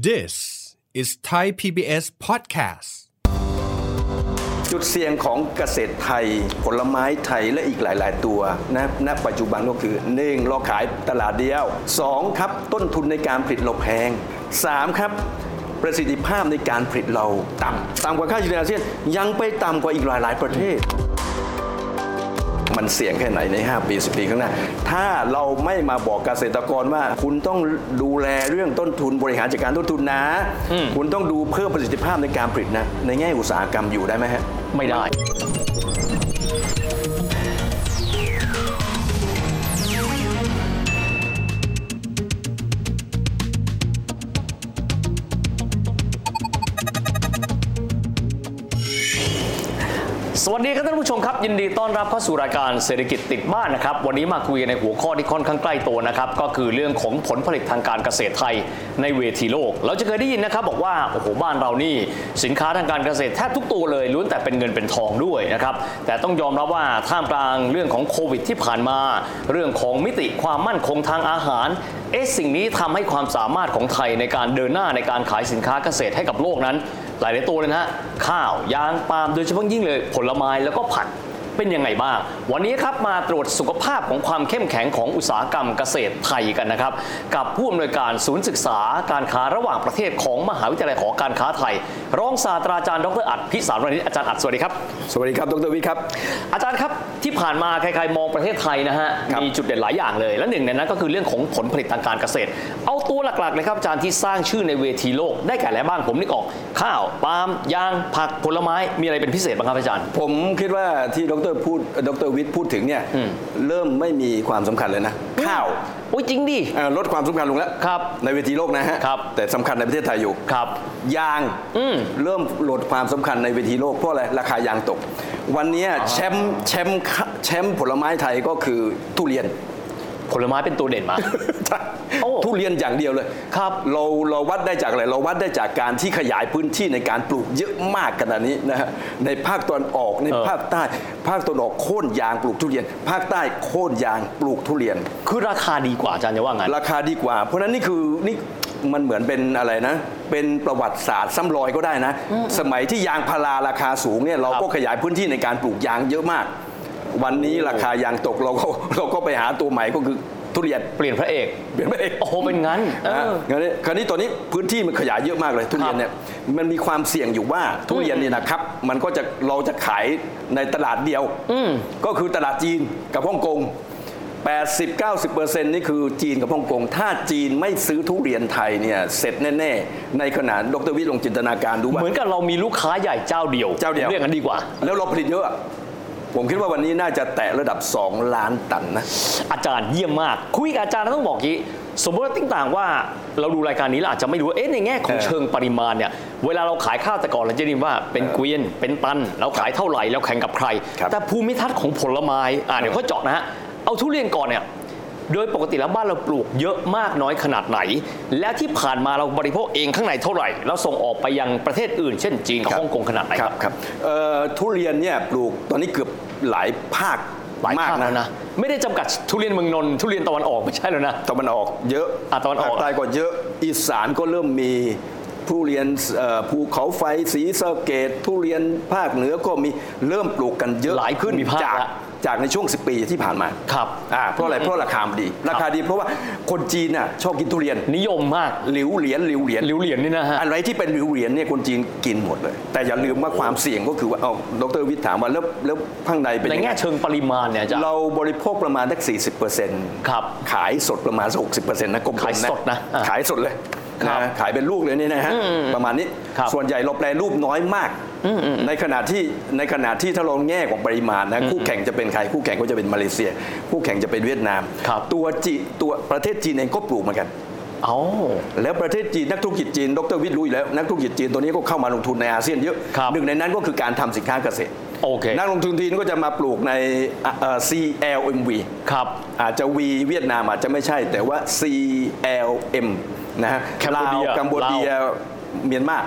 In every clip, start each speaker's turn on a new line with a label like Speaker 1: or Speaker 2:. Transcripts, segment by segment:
Speaker 1: This is Thai PBS Podcast
Speaker 2: จุดเสี่ยงของเกษตรไทย ผลไม้ไทยและอีกหลาย ๆ ตัวนะณปัจจุบันก็คือ 1. เราขายตลาดเดียว 2. ครับ ต้นทุนในการผลิตเราแพง 3. ครับ ประสิทธิภาพในการผลิตเราต่ำต่ำกว่าค่าเฉลี่ยอาเซียนยังไปต่ำกว่าอีกหลาย ๆ ประเทศ มันเสี่ยงแค่ไหนใน 5 ปี 10 ปีข้างหน้า ถ้าเราไม่มาบอกเกษตรกรว่าคุณต้องดูแลเรื่องต้นทุนบริหารจัดการต้นทุนนะ คุณต้องดูเพิ่มประสิทธิภาพในการผลิตนะ ในแง่อุตสาหกรรมอยู่ได้ไหมฮะ
Speaker 3: ไม่ได้ สวัสดีครับท่านผู้ชมครับ ยินดีต้อนรับเข้าสู่รายการเศรษฐกิจติดบ้านนะครับ วันนี้มาคุยกันในหัวข้อที่ค่อนข้างใกล้ตัวนะครับ ก็คือเรื่องของผลผลิตทางการเกษตรไทยในเวทีโลก เราจะเคยได้ยินนะครับบอกว่าโอ้โหบ้านเรานี่สินค้าทางการเกษตรแทบทุกตัวเลยล้วนแต่เป็นเงินเป็นทองด้วยนะครับแต่ต้องยอมรับว่าท่ามกลางเรื่องของโควิดที่ผ่านมา เรื่องของมิติความมั่นคงทางอาหาร เอ๊ะสิ่งนี้ทำให้ความสามารถของไทยในการเดินหน้าในการขายสินค้าเกษตรให้กับโลกนั้น หลายๆตัวเลยนะฮะข้าวยางปาล์มโดยเฉพาะยิ่งเลยผลไม้แล้วก็ผักเป็นยังไงบ้าง วันนี้ครับมาตรวจสุขภาพของความเข้มแข็งของอุตสาหกรรมเกษตรไทยกันนะครับ กับผู้อำนวยการศูนย์ศึกษาการค้าระหว่างประเทศของมหาวิทยาลัยหอการค้าไทย รองศาสตราจารย์ดรอัดพิสารวณิชอาจารย์อัดสวัสดีครับ
Speaker 2: สวัสดีครับ ดรวิทย์ครับ
Speaker 3: อาจารย์ครับที่ผ่านมาใครๆมองประเทศไทยนะฮะ
Speaker 2: ครับ
Speaker 3: มีจุดเด่นหลายอย่างเลย และหนึ่งในนั้นก็คือเรื่องของผลผลิตทางการเกษตร เอาตัวหลักๆเลยครับอาจารย์ที่สร้างชื่อในเวทีโลกได้แก่อะไรบ้างผมนึกออก ข้าวปาล์มยางผักผลไม้มีอะไรเป็นพิเศษบ้างครับอาจารย์
Speaker 2: ผมคิดว่าที่ดรพูดดรวิทย์พูดถึงเนี่ย
Speaker 3: อืม
Speaker 2: เริ่มไม่มีความสำคัญเลยนะ ข้าว
Speaker 3: โอ้ยจริงดิ
Speaker 2: เอ่อลดความสำคัญลงแล้ว
Speaker 3: ครับ
Speaker 2: ในเวทีโลกนะฮะ
Speaker 3: ครับ
Speaker 2: แต่สำคัญในประเทศไทยอยู่
Speaker 3: ครับ
Speaker 2: ยาง
Speaker 3: อืม
Speaker 2: เริ่มลดความสำคัญในเวทีโลกเพราะอะไรราคายางตก วันเนี้ยแชมป์แชมป์ค่ะแชมป์ผลไม้ไทยก็คือทุเรียน
Speaker 3: ผลไม้เป็นตัวเด่นมาก โอ้
Speaker 2: ทุเรียนอย่างเดียวเลย
Speaker 3: ครับ
Speaker 2: เราเราวัดได้จากอะไรเราวัดได้จากการที่ขยายพื้นที่ในการปลูกเยอะมากขนาดนี้นะฮะในภาคตะวันออกในภาคใต้ ภาคตะวันออกโค่นยางปลูกทุเรียน ภาคใต้โค่นยางปลูกทุเรียน
Speaker 3: คือราคาดีกว่าอาจารย์จะว่าไงน
Speaker 2: ราคาดีกว่า เพราะฉะนั้นนี่คือนี่มันเหมือนเป็นอะไรนะ เป็นประวัติศาสตร์ซ้ำรอยก็ได้นะ สมัยที่ยางพาราราคาสูงเนี่ยเราก็ขยายพื้นที่ในการปลูกยางเยอะมาก วันนี้ราคายางตกเราก็เราก็ไปหาตัวใหม่ก็คือทุเรียน
Speaker 3: เปลี่ยนพระเอก
Speaker 2: เปลี่ยนไปเอง
Speaker 3: โอ้โหเป็นงั้นเอ
Speaker 2: นะฮะ
Speaker 3: อ
Speaker 2: งั้นเนี่ยคราวนี้ตอนนี้พื้นที่มันขยายเยอะมากเลยทุเรียนเนี่ยมันมีความเสี่ยงอยู่ว่าทุเรียนเนี่ยนะครับ มันก็จะเราจะขายในตลาดเดียวก็คือตลาดจีนกับฮ่องกง 80-90%นี่คือจีนกับฮ่องกง ถ้าจีนไม่ซื้อทุเรียนไทยเนี่ยเสร็จแน่ ๆ ในขณะดรวิทย์ลองจินตนาการดูว่า
Speaker 3: เหมือนกับเรามีลูกค้าใหญ่เจ้าเดียว
Speaker 2: เจ้าเดียว
Speaker 3: เรียกกันดีกว่า
Speaker 2: แล้วเราผลิตเยอะอะผมคิดว่าวันนี้น่าจะแตะระดับ 2 ล้านตันนะ
Speaker 3: อาจารย์เยี่ยมมาก คุยกับอาจารย์แล้วต้องบอกงี้ สมมติว่าติ้งต่างว่าเราดูรายการนี้เราอาจจะไม่รู้ว่าเอ๊ะในแง่ของ
Speaker 2: เออ
Speaker 3: เชิงปริมาณเนี่ยเวลาเราขายข้าวแต่ก่อนเราจะได้ยินว่าเป็นเกวียนเป็นตันเราขายเท่าไหร่เราแข่งกับใคร
Speaker 2: ครับ
Speaker 3: แต่ภูมิทัศน์ของผลไม้อ่าเดี๋ยวเขาเจาะนะฮะเอาทุเรียนก่อนเนี่ยโดยปกติแล้วบ้านเราปลูกเยอะมากน้อยขนาดไหน และที่ผ่านมาเราบริโภคเองข้างในเท่าไหร่ แล้วส่งออกไปยังประเทศอื่น เช่นจีนกับฮ่องกงขนาดไหน
Speaker 2: ครับครับเอ่อทุเรียนเนี่ยปลูกตอนนี้เกือบหลายภาค
Speaker 3: หลาย
Speaker 2: มาก
Speaker 3: ภาค
Speaker 2: นะ
Speaker 3: แล้วนะ ไม่ได้จำกัดทุเรียนเมืองนนท์ทุเรียนตะวันออกไม่ใช่แล้วนะ
Speaker 2: ตะวันออกเยอะ
Speaker 3: อ่ะตะวันออก
Speaker 2: ภาคใต้ก็เยอะ อีสานก็เริ่มมีทุเรียนเอ่อภูเขาไฟสีสะเกต ทุเรียนภาคเหนือก็มีเริ่มปลูกกันเยอะ
Speaker 3: หลายขึ้นมีภาค
Speaker 2: จาก
Speaker 3: ละ
Speaker 2: จากในช่วง 10 ปีที่ผ่านมา
Speaker 3: ครับ
Speaker 2: อ่าเพราะอะไรเพราะราคามันดี รา
Speaker 3: ครั
Speaker 2: คา
Speaker 3: บ
Speaker 2: ดีเพราะว่าคนจีนน่ะชอบกินทุเรียน
Speaker 3: นิยมมาก
Speaker 2: หลิวเหรียญหลิวเหรียญ
Speaker 3: หลิวเหรียญนี่นะฮะ
Speaker 2: อะไรที่เป็นหลิวเหรียญเนี่ยคนจีนกินหมดเลย แต่อย่าลืมว่าความเสี่ยงก็คือว่าเอาดรวิทย์ถามว่าแล้วแล้วข้างในเป็น
Speaker 3: ใน
Speaker 2: ยังไง
Speaker 3: แง่เชิงปริมาณเนี่ยอาจารย์
Speaker 2: เราบริโภคประมาณสัก40%
Speaker 3: ครับ
Speaker 2: ขายสดประมาณ 60%นะกลมๆนะ
Speaker 3: ขายสดนะอ่ะ
Speaker 2: ขายสดเลย
Speaker 3: ครับ
Speaker 2: นะขายเป็นลูกเลยนี่นะฮะ ประมาณนี้
Speaker 3: ครับ
Speaker 2: ส่วนใหญ่เราแปลรูปน้อยมาก ในขณะที่ในขณะที่ถ้าเราแง่ของปริมาณนะคู่แข่งจะเป็นใครคู่แข่งก็จะเป็นมาเลเซีย คู่แข่งจะเป็นเวียดนาม
Speaker 3: ครับ
Speaker 2: ตัวจีตัวประเทศจีนเองก็ปลูกเหมือนกัน
Speaker 3: เอ้า
Speaker 2: แล้วประเทศจีนนักธุรกิจจีนดรวิทย์รู้อยู่แล้ว นักธุรกิจจีนตัวนี้ก็เข้ามาลงทุนในอาเซียนเยอะ
Speaker 3: ครับ
Speaker 2: หนึ่งในนั้นก็คือการทำสินค้าเกษตร
Speaker 3: โอเค
Speaker 2: นักลงทุนจีนก็จะมาปลูกในอ่ะเอ่อ CLMV
Speaker 3: ครับ
Speaker 2: อาจจะวีเวียดนามอาจจะไม่ใช่แต่ว่า CLM นะฮะ
Speaker 3: แคมโบเดีย
Speaker 2: ลาวกัมโบเดียเมียนมา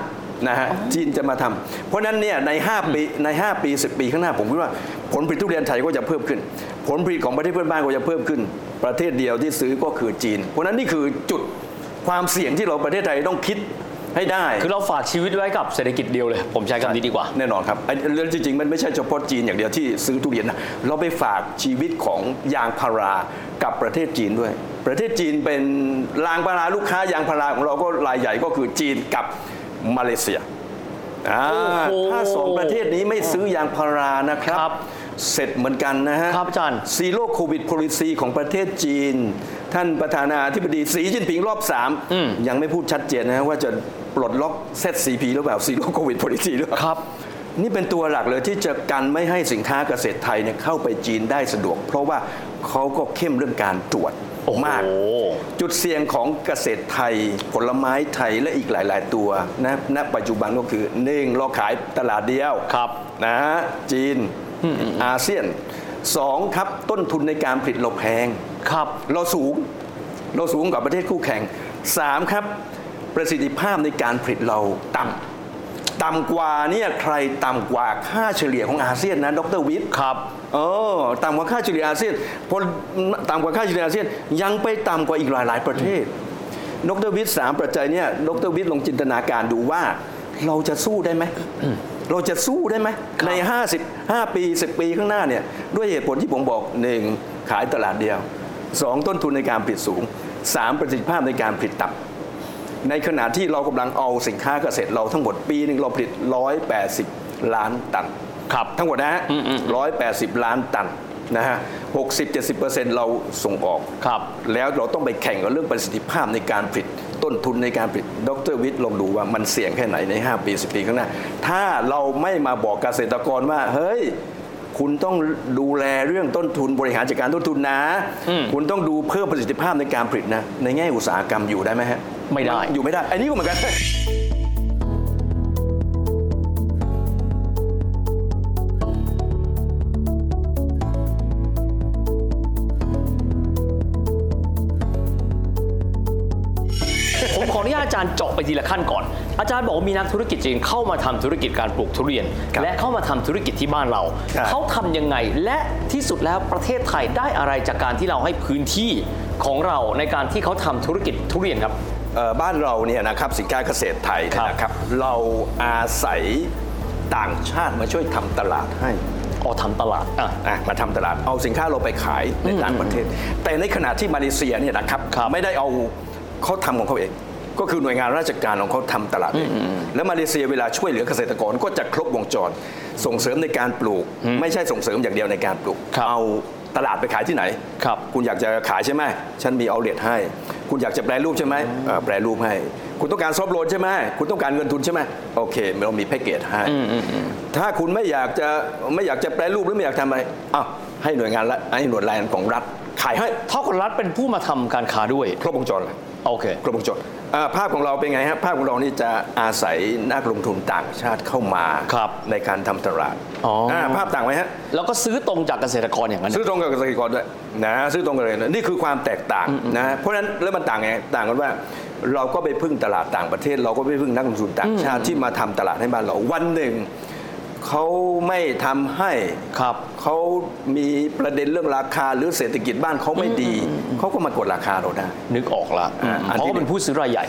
Speaker 2: นะฮะจีนจะมาทำเพราะฉะนั้นเนี่ยใน 5 ปีใน 5 ปี 10 ปีข้างหน้าผมคิดว่า ผลผลิตทุเรียนไทยก็จะเพิ่มขึ้น ผลผลิตของประเทศเพื่อนบ้านก็จะเพิ่มขึ้น ประเทศเดียวที่ซื้อก็คือจีน เพราะฉะนั้นนี่คือจุด ความเสี่ยงที่เราประเทศไทยต้องคิดให้ได้
Speaker 3: คือเราฝากชีวิตไว้กับเศรษฐกิจเดียวเลย ผมใช้คำนี้ดีกว่า
Speaker 2: แน่นอนครับไอ้เรื่องจริงๆ มันไม่ใช่เฉพาะจีนอย่างเดียวที่ซื้อทุเรียนนะเราไปฝากชีวิตของยางพารากับประเทศจีนด้วย ประเทศจีนเป็นรางพาราลูกค้ายางพาราของเราก็รายใหญ่ก็คือจีนกับมาเลเซียอ่า
Speaker 3: โอ้โห
Speaker 2: ถ้าสองประเทศนี้ไม่ซื้อยางพารานะครับ
Speaker 3: ครับ
Speaker 2: เสร็จเหมือนกันนะฮะ
Speaker 3: ครับอาจารย์
Speaker 2: ซีโร่โควิดโพลิซีของประเทศจีน ท่านประธานาธิบดีสีจิ้นผิงรอบสามยังไม่พูดชัดเจนนะฮะว่าจะปลดล็อกเซตสีพีหรือเปล่าซีโร่โควิดโพลิซีหรือเปล่า
Speaker 3: ครับ
Speaker 2: นี่เป็นตัวหลักเลยที่จะกันไม่ให้สินค้าเกษตรไทยเนี่ยเข้าไปจีนได้สะดวก เพราะว่าเขาก็เข้มเรื่องการตรวจ
Speaker 3: โอ้โห
Speaker 2: มาก จุดเสี่ยงของเกษตรไทย ผลไม้ไทยและอีกหลาย ๆ ตัวนะณปัจจุบันก็คือหนึ่งเราขายตลาดเดียว
Speaker 3: ครับ
Speaker 2: นะฮะจีนอาเซียนสองครับต้นทุนในการผลิตเราแพง
Speaker 3: ครับ
Speaker 2: เราสูง เราสูงกว่าประเทศคู่แข่ง 3. ครับ ประสิทธิภาพในการผลิตเราต่ำต่ำกว่าเนี่ยใครต่ำกว่าค่าเฉลี่ยของอาเซียนนะดรวิทย์
Speaker 3: ครับ
Speaker 2: เออต่ำกว่าค่าเฉลี่ยอาเซียนพอต่ำกว่าค่าเฉลี่ยอาเซียน ยังไปต่ำกว่าอีกหลาย ๆ ประเทศดรวิทย์สามปัจจัยเนี่ยดรวิทย์ลองจินตนาการดูว่า เราจะสู้ได้ไหมเราจะสู้ได้ไหมใน 55 ปี 10 ปีข้างหน้าเนี่ยด้วยเหตุผลที่ผมบอกหนึ่งขายตลาดเดียว สองต้นทุนในการผลิตสูงสามประสิทธิภาพในการผลิตต่ำในขณะที่เรากำลังเอาสินค้าเกษตรเราทั้งหมดปีหนึ่งเราผลิต 180 ล้านตัน
Speaker 3: ครับ
Speaker 2: ทั้งหมดนะฮะ180 ล้านตันนะฮะ60-70%เจ็ดสิบเปอร์เซ็นต์เราส่งออก
Speaker 3: ครับ
Speaker 2: แล้วเราต้องไปแข่งกับเรื่องประสิทธิภาพในการผลิตต้นทุนในการผลิตดรวิทย์ลองดูว่ามันเสี่ยงแค่ไหนใน 5 ปี 10 ปีข้างหน้า ถ้าเราไม่มาบอกเกษตรกรว่า เฮ้ย คุณต้องดูแลเรื่องต้นทุนบริหารจัดการต้นทุนนะ
Speaker 3: อืม
Speaker 2: คุณต้องดูเพิ่มประสิทธิภาพในการผลิตนะ ในแง่อุตสาหกรรมอยู่ได้ไหมฮะ
Speaker 3: ไม่ได้
Speaker 2: นอยู่ไม่ได้อันนี้ก็เหมือนกัน
Speaker 3: ผมขออนุญาตอาจารย์เจาะไปทีละขั้นก่อน อาจารย์บอกว่ามีนักธุรกิจจีนเข้ามาทำธุรกิจการปลูกทุเรียน
Speaker 2: ครับ
Speaker 3: และเข้ามาทำธุรกิจที่บ้านเรา
Speaker 2: ครับ
Speaker 3: เขาทำยังไง และที่สุดแล้วประเทศไทยได้อะไรจากการที่เราให้พื้นที่ของเราในการที่เขาทำธุรกิจทุเรียนครับ
Speaker 2: เอ่อบ้านเราเนี่ยนะครับสินค้าเกษตรไทยเนี่ยนะครับ เราอาศัยต่างชาติมาช่วยทำตลาดให้
Speaker 3: ออกทำตลาดอ่ะ
Speaker 2: อ่ะมาทำตลาดเอาสินค้าเราไปขายในต่างประเทศ แต่ในขณะที่มาเลเซียเนี่ยนะครับ
Speaker 3: ครับ
Speaker 2: ไม่ได้เอาเขาทำของเขาเอง ก็คือหน่วยงานราชการของเขาทำตลาดเองแล้วมาเลเซียเวลาช่วยเหลือเกษตรกรก็จะครบวงจร ส่งเสริมในการปลูก ไม่ใช่ส่งเสริมอย่างเดียวในการปลูก
Speaker 3: ครับ
Speaker 2: เอาตลาดไปขายที่ไหน
Speaker 3: ครับ
Speaker 2: ณอยากจะขายใช่ไหมฉันมีเอาเลทให้ คุณอยากจะแปรรูปใช่ไหมอ่าแปรรูปให้ คุณต้องการซอฟต์โลนใช่ไหมคุณต้องการเงินทุนใช่ไหมโอเคเรามีแพ็กเกจให้
Speaker 3: อืมอืม
Speaker 2: ถ้าคุณไม่อยากจะไม่อยากจะแปรรูปหรือไม่อยากทำอะไรอ้าวให้หน่วยงานรัฐให้หน่วยงานของรัฐขายให้
Speaker 3: เท่ากับรัฐเป็นผู้มาทำการค้าด้วย
Speaker 2: ครบวงจรเลย
Speaker 3: โอเค
Speaker 2: ครบวงจรอ่าภาพของเราเป็นไงฮะภาพของเรานี่จะอาศัยนักลงทุนต่างชาติเข้ามา
Speaker 3: ครับ
Speaker 2: ในการทำตลาด
Speaker 3: อ๋ออ่
Speaker 2: าภาพต่างไหมฮะ
Speaker 3: แล้วก็ซื้อตรงจากเกษตรกรอย่างนั้น
Speaker 2: ซื้อตรงกับเกษตรกรด้วยนะซื้อตรงกันเลยนะนี่คือความแตกต่างนะเพราะฉะนั้นแล้วมันต่างไงต่างกันว่า เราก็ไปพึ่งตลาดต่างประเทศ เราก็ไปพึ่งนักลงทุนต่างชาติที่มาทำตลาดให้บ้านเราวันหนึ่งเขาไม่ทำให้
Speaker 3: ครับ
Speaker 2: เขามีประเด็นเรื่องราคาหรือเศรษฐกิจบ้านเขาไม่ดีเขาก็มากดราคาเราได้
Speaker 3: นึกออกละ
Speaker 2: อ่าอัน
Speaker 3: เพราะ
Speaker 2: ที่
Speaker 3: ว่าเป็นผู้ซื้อรายใหญ่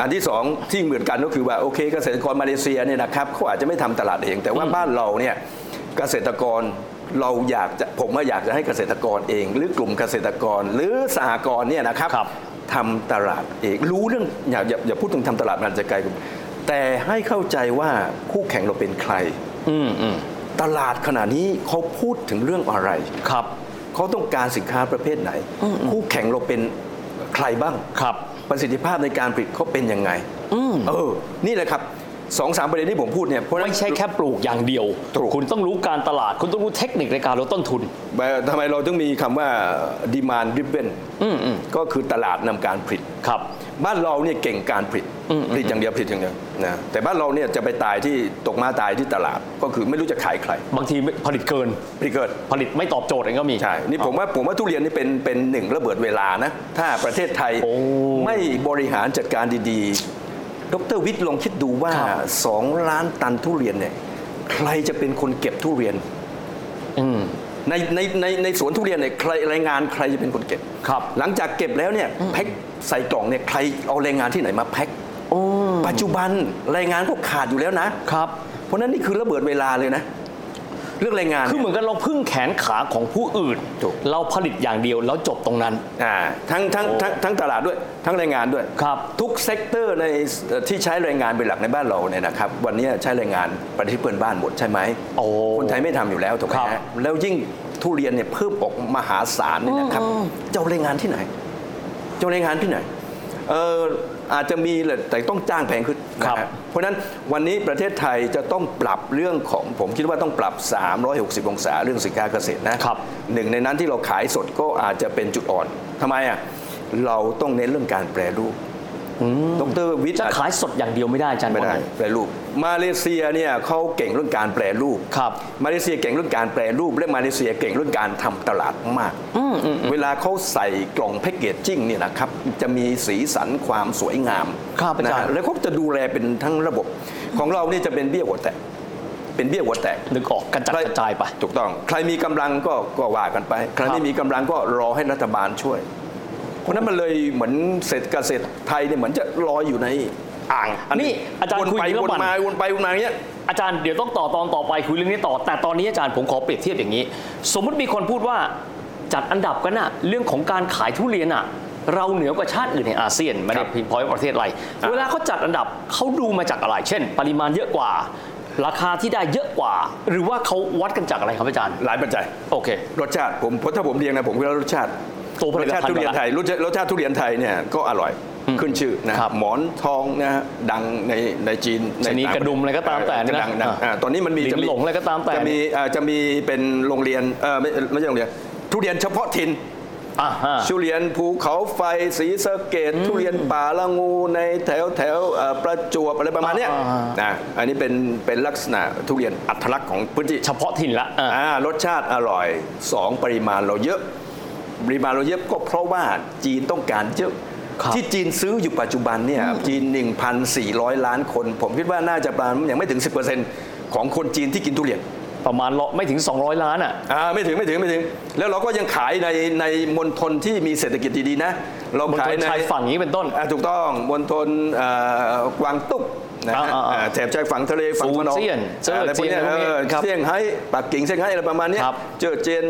Speaker 2: อันที่สองที่เหมือนกันก็คือว่าโอเคเกษตรกรมาเลเซียเนี่ยนะครับเขาอาจจะไม่ทำตลาดเอง แต่ว่าบ้านเราเนี่ยเกษตรกรเราอยากจะผมว่าอยากจะให้เกษตรกรเอง หรือกลุ่มเกษตรกร หรือสหกรณ์เนี่ยนะครับ
Speaker 3: ครับ
Speaker 2: ทำตลาดเองรู้เรื่องอย่าอย่าอย่าพูดถึงทำตลาดมันอาจจะไกลกว่าแต่ให้เข้าใจว่าคู่แข่งเราเป็นใคร
Speaker 3: อืมอืม
Speaker 2: ตลาดขณะนี้เขาพูดถึงเรื่องอะไร
Speaker 3: ครับ
Speaker 2: เขาต้องการสินค้าประเภทไหน คู่แข่งเราเป็นใครบ้าง
Speaker 3: ครับ
Speaker 2: ประสิทธิภาพในการผลิตเขาเป็นยังไงเออ นี่แหละครับสองสามประเด็นที่ผมพูดเนี่ยเพราะฉะนั้น
Speaker 3: ไม่ใช่แค่ปลูกอย่างเดียว
Speaker 2: ถูก
Speaker 3: คุณต้องรู้การตลาด คุณต้องรู้เทคนิคในการลดต้นทุน
Speaker 2: เอ่อทำไมเราถึงมีคำว่า demand driven
Speaker 3: อืมอืม
Speaker 2: ก็คือตลาดนำการผลิต
Speaker 3: ครับ
Speaker 2: บ้านเราเนี่ยเก่งการผลิตผลิตอย่างเดียวผลิตอย่างเดียวนะแต่บ้านเราเนี่ยจะไปตายที่ตกมาตายที่ตลาด ก็คือไม่รู้จะขายใคร
Speaker 3: บางทีผลิตเกิน
Speaker 2: ผลิตเกิด
Speaker 3: ผลิตไม่ตอบโจทย์เองก็มี
Speaker 2: ใช่ นี่ผมว่าผมว่าทุเรียนนี่เป็นเป็นหนึ่งระเบิดเวลานะ ถ้าประเทศไทย
Speaker 3: โอ้
Speaker 2: ไม่บริหารจัดการดีๆ ดรวิทย์ลองคิดดูว่า
Speaker 3: ครับ
Speaker 2: 2 ล้านตันทุเรียนเนี่ย ใครจะเป็นคนเก็บทุเรียน
Speaker 3: อืม
Speaker 2: ในในในในสวนทุเรียนเนี่ยใครแรงงานใครจะเป็นคนเก็บ
Speaker 3: ครับ
Speaker 2: หลังจากเก็บแล้วเนี่ยแพ็คใส่กล่องเนี่ยใครเอาแรงงานที่ไหนมาแพ็ค
Speaker 3: โอ้
Speaker 2: ปัจจุบันแรงงานก็ขาดอยู่แล้วนะ
Speaker 3: ครับ
Speaker 2: เพราะฉะนั้นนี่คือระเบิดเวลาเลยนะ เรื่องแรงงาน
Speaker 3: คื
Speaker 2: เนี่
Speaker 3: อ
Speaker 2: ย
Speaker 3: เหมือนกันเราพึ่งแขนขาของผู้อื่น
Speaker 2: ถูก
Speaker 3: เราผลิตอย่างเดียวแล้วจบตรงนั้น
Speaker 2: อ่าทั้งทั้งทั้งทั้งตลาดด้วยทั้งแรงงานด้วย
Speaker 3: ครับ
Speaker 2: ทุกเซกเตอร์ในเอ่อที่ใช้แรงงานเป็นหลักในบ้านเราเนี่ยนะครับวันนี้ใช้แรงงานประเทศเพื่อนบ้านหมดใช่ไหม
Speaker 3: โอ้
Speaker 2: คนไทยไม่ทำอยู่แล้วถูกไหม
Speaker 3: ครั
Speaker 2: ฮะ
Speaker 3: บ
Speaker 2: แล้วยิ่งทุเรียนเนี่ยเพิ่มออกมหาศาลเนี่ยนะครับเจ้าแรงงานที่ไหน เจ้าแรงงานที่ไหนเอออาจจะมีแหละแต่ต้องจ้างแพงขึ้น
Speaker 3: ครับ
Speaker 2: นะฮะเพราะฉะนั้นวันนี้ประเทศไทยจะต้องปรับเรื่องของผมคิดว่าต้องปรับ 360 องศาเรื่องสินค้าเกษตรนะ
Speaker 3: ครับ
Speaker 2: หนึ่งในนั้นที่เราขายสดก็อาจจะเป็นจุดอ่อนทำไมอ่ะเราต้องเน้นเรื่องการแปรรูปดรวิทย์
Speaker 3: จะ
Speaker 2: อาจ
Speaker 3: ขายสดอย่างเดียวไม่ได้อาจารย์
Speaker 2: ไม่ได้
Speaker 3: ว่าง
Speaker 2: แปรรูป มาเลเซียเนี่ยเขาเก่งเรื่องการแปรรูป
Speaker 3: ครับ
Speaker 2: มาเลเซียเก่งเรื่องการแปรรูป และมาเลเซียเก่งเรื่องการทำตลาดมาก เวลาเขาใส่กล่องแพ็กเกจจิ้งเนี่ยนะครับจะมีสีสันความสวยงาม
Speaker 3: ครับอาจาร
Speaker 2: นะ
Speaker 3: ย์
Speaker 2: ฮะแล้วเขาจะดูแลเป็นทั้งระบบ ของเรานี่จะเป็นเบี้ยหัวแตกเป็นเบี้ยหัวแตก
Speaker 3: นึกออกกระจัด
Speaker 2: ใค
Speaker 3: กระจายไป
Speaker 2: ถูกต้อง ใครมีกำลังก็ก็ว่ากันไป ใคร
Speaker 3: ครับ
Speaker 2: ไม่มีกำลังก็รอให้รัฐบาลช่วย เพราะฉะนั้นมันเลยเหมือนเศรษฐกเกษตรไทยเนี่ยเหมือนจะลอยอยู่ในอ่าง
Speaker 3: นี่อาจารย์
Speaker 2: วน
Speaker 3: คุย
Speaker 2: ไป
Speaker 3: เยอะ
Speaker 2: วน
Speaker 3: มัน
Speaker 2: มาวนไปวนมาอย่างเงี้ย
Speaker 3: อาจารย์เดี๋ยวต้องต่อตอนต่อไปคุยเรื่องนี้ต่อ แต่ตอนนี้อาจารย์ผมขอเปรียบเทียบอย่างนี้ สมมุติมีคนพูดว่าจัดอันดับกันนะเรื่องของการขายทุเรียนอะเราเหนือกว่าชาติอื่นในอาเซียนไม่ได้พิมพ์พอยประเทศอะไร
Speaker 2: อ่า
Speaker 3: เวลาเขาจัดอันดับเขาดูมาจากอะไร เช่น ปริมาณเยอะกว่า ราคาที่ได้เยอะกว่า หรือว่าเขาวัดกันจากอะไรครับอาจารย์
Speaker 2: หลายปัจจัย
Speaker 3: โอเค
Speaker 2: รสชาติผมเพราะถ้าผมเรียงนะผมก็รสชาติ
Speaker 3: ตัวผ
Speaker 2: ร
Speaker 3: ลิ
Speaker 2: ส
Speaker 3: ต
Speaker 2: ชาติ
Speaker 3: ภัณฑ์
Speaker 2: ทุเรียนไทยรสชาติรสชาติทุเรียนไทยเนี่ยก็อร่อยขึ้นชื่อนะครับหมอนทองนะฮะดังในในจีน
Speaker 3: ชะนี
Speaker 2: ใต่าง
Speaker 3: กระดุมอะไรก็ตามแต่
Speaker 2: เออ
Speaker 3: เนี่ย
Speaker 2: ดัง
Speaker 3: นะ
Speaker 2: ดัง
Speaker 3: อ่า
Speaker 2: อ่าตอนนี้มันมี
Speaker 3: ลิ้น
Speaker 2: จะมี
Speaker 3: หลงอะไรก็ตามแต่
Speaker 2: จะมีเอ่อจะมีเป็นโรงเรียนเออไม่ไม่ใช่โรงเรียน ทุเรียนเฉพาะถิ่น
Speaker 3: อ่าฮะ
Speaker 2: ทุเรียนภูเขาไฟสีสะเกต ทุเรียนป่าละงูในแถวแถวเอ่อประจวบอะไรประมาณเนี้ย
Speaker 3: อ่าอ่า
Speaker 2: นะอันนี้เป็นเป็นลักษณะทุเรียนอัตลักษณ์ของพื้นที่
Speaker 3: เฉพาะถิ่นละอ่า
Speaker 2: อ่ารสชาติอร่อย 2 ปริมาณเราเยอะ ปริมาณเราเยอะก็เพราะว่าจีนต้องการเยอะ
Speaker 3: ครับ
Speaker 2: ที่จีนซื้ออยู่ปัจจุบันเนี่ยจีน 1,400 ล้านคน ผมคิดว่าน่าจะประมาณยังไม่ถึง 10%ของคนจีนที่กินทุเรียน
Speaker 3: ประมาณละไม่ถึง 200 ล้านอ่ะ
Speaker 2: อ่าไม่ถึงไม่ถึงไม่ถึง แล้วเราก็ยังขายในในมณฑลที่มีเศรษฐกิจดีๆนะเรา
Speaker 3: บน
Speaker 2: ขาย
Speaker 3: น
Speaker 2: ใน
Speaker 3: ชายฝั่งนี้เป็นต้น
Speaker 2: อ่าถูกต้องมณฑลเอ่อกวางตุ้งนะฮะ
Speaker 3: อ่าอ่าอ่า
Speaker 2: อ่าแถบชายฝั่งทะเลฝั่งตะวันออ
Speaker 3: ฟู
Speaker 2: ก
Speaker 3: เจียนเจ้อ
Speaker 2: อะไรพวกเนี้ย
Speaker 3: เจียนอะไรพวก
Speaker 2: เอ
Speaker 3: นี้
Speaker 2: อ
Speaker 3: ครับ
Speaker 2: เซี่ยงไฮ้ปักกิ่งเซี่ยงไฮ้อะไรประมาณเนี้ย
Speaker 3: ครับ
Speaker 2: เจอเจียน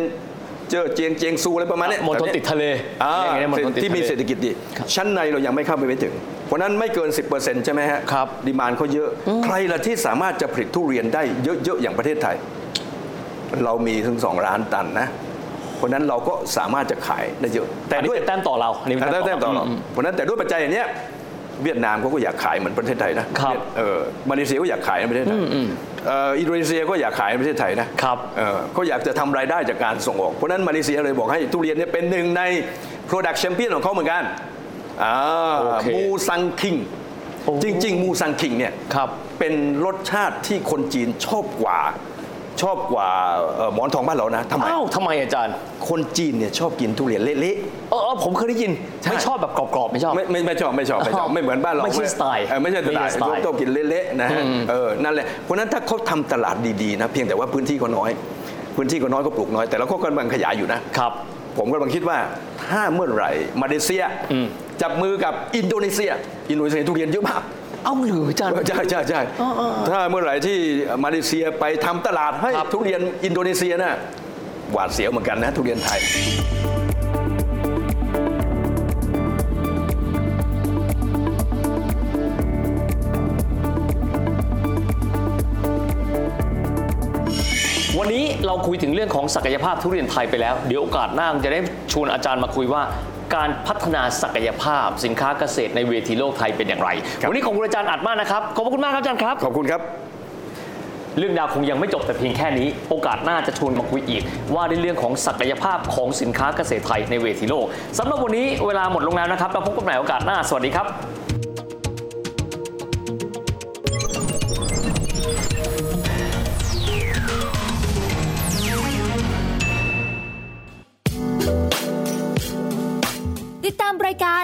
Speaker 2: เจอเจียงเจียงซูอะไรประมาณเนี้ย
Speaker 3: มณฑลติดทะเล
Speaker 2: อ่า
Speaker 3: เรียกอย่างนี้มณฑลติด
Speaker 2: ที่มี
Speaker 3: ทะเล
Speaker 2: เศรษฐกิจดี ชั้นในเรายังไม่เข้าไปไม่ถึง เพราะนั้นไม่เกิน 10%ใช่ไหมฮะ
Speaker 3: ครับ
Speaker 2: ดีมานเขาเยอะ ใครล่ะที่สามารถจะผลิตทุเรียนได้เยอะๆอย่างประเทศไทย เรามีถึงสองล้านตันนะเพราะนั้นเราก็สามารถจะขายได้เยอะ
Speaker 3: แต่ด้วยแต้มต่อเราอันนี้เป็น
Speaker 2: แต่ได้
Speaker 3: แต้
Speaker 2: แต้
Speaker 3: ม
Speaker 2: ม
Speaker 3: ต่
Speaker 2: ต่
Speaker 3: อ
Speaker 2: อ
Speaker 3: เรา
Speaker 2: เราเพราะฉะนั้นแต่ด้วยปัจจัยอย่างเนี้ยเวียดนามเขาก็อยากขายเหมือนประเทศไทยนะครับ เออมาเลเซียก็อยากขายในประเทศไทยเอ่ออินโดนีเซียก็อยากขายในประเทศไทยนะครับ เออเขาอยากจะทำรายได้จากการส่งออก เพราะฉะนั้นมาเลเซียเลยบอกให้ทุเรียนเนี่ยเป็นหนึ่งใน Product Champion ของเขาเหมือนกันอ่า
Speaker 3: โอเค
Speaker 2: มูซังคิง
Speaker 3: โอ้
Speaker 2: จริง ๆ มูซังคิงเนี่ย
Speaker 3: ครับ
Speaker 2: เป็นรสชาติที่คนจีนชอบกว่า ชอบกว่าเอ่อหมอนทองบ้านเรานะทำไม
Speaker 3: อ้าวทำไมอาจารย์
Speaker 2: คนจีนเนี่ยชอบกินทุเรียนเละๆ
Speaker 3: เออเออผมเคยได้ยิน
Speaker 2: ใช่
Speaker 3: ไม่ชอบแบบกรอบๆ ไม่ชอบ
Speaker 2: ไม่ไม่ไม่ชอบไม่ชอบไม่ชอบ
Speaker 3: อ๋อ
Speaker 2: ไม่เหมือนบ้านเรา
Speaker 3: ไม่ใช่สไตล์
Speaker 2: เออไม่ใช่สไต
Speaker 3: ไม่
Speaker 2: ล์
Speaker 3: ใช่สไตล์
Speaker 2: ต้องกินเละๆนะฮะเออนั่นแหละเพราะฉะนั้นถ้าเขาทำตลาดดีๆนะเพียงแต่ว่าพื้นที่เขาน้อย พื้นที่เขาน้อยก็ปลูกน้อย แต่เราก็กำลังขยายอยู่นะครับ ผมกำลังคิดว่าถ้าเมื่อไหร่มาเลเซีย จับมือกับอินโดนีเซีย อินโดนีเซียทุเรียนเยอะมาก
Speaker 3: เอ้าหรืออาจารย์
Speaker 2: ใช่ใช่ใช่ถ้าเมื่อไหร่ที่มาเลเซียไปทำตลาดให้
Speaker 3: ครับ
Speaker 2: ทุเรียนอินโดนีเซียน่ะหวาดเสียวเหมือนกันนะทุเรียนไทย
Speaker 3: วันนี้เราคุยถึงเรื่องของศักยภาพทุเรียนไทยไปแล้ว เดี๋ยวโอกาสหน้าจะได้ชวนอาจารย์มาคุยว่า การพัฒนาศักยภาพ สินค้าเกษตรในเวทีโลกไทยเป็นอย่างไร วันนี้ของคุณอาจารย์อัดมากนะครับ ขอบพระคุณมากครับอาจารย์ครับ
Speaker 2: ขอบคุณครับ
Speaker 3: เรื่องราวคงยังไม่จบแต่เพียงแค่นี้ โอกาสหน้าจะชวนมาคุยอีก ว่าในเรื่องของศักยภาพของสินค้าเกษตรไทยในเวทีโลกสำหรับวันนี้เวลาหมดลงแล้วนะครับเราพบกันใหม่โอกาสหน้า สวัสดีครับ
Speaker 4: ติดตามรายการ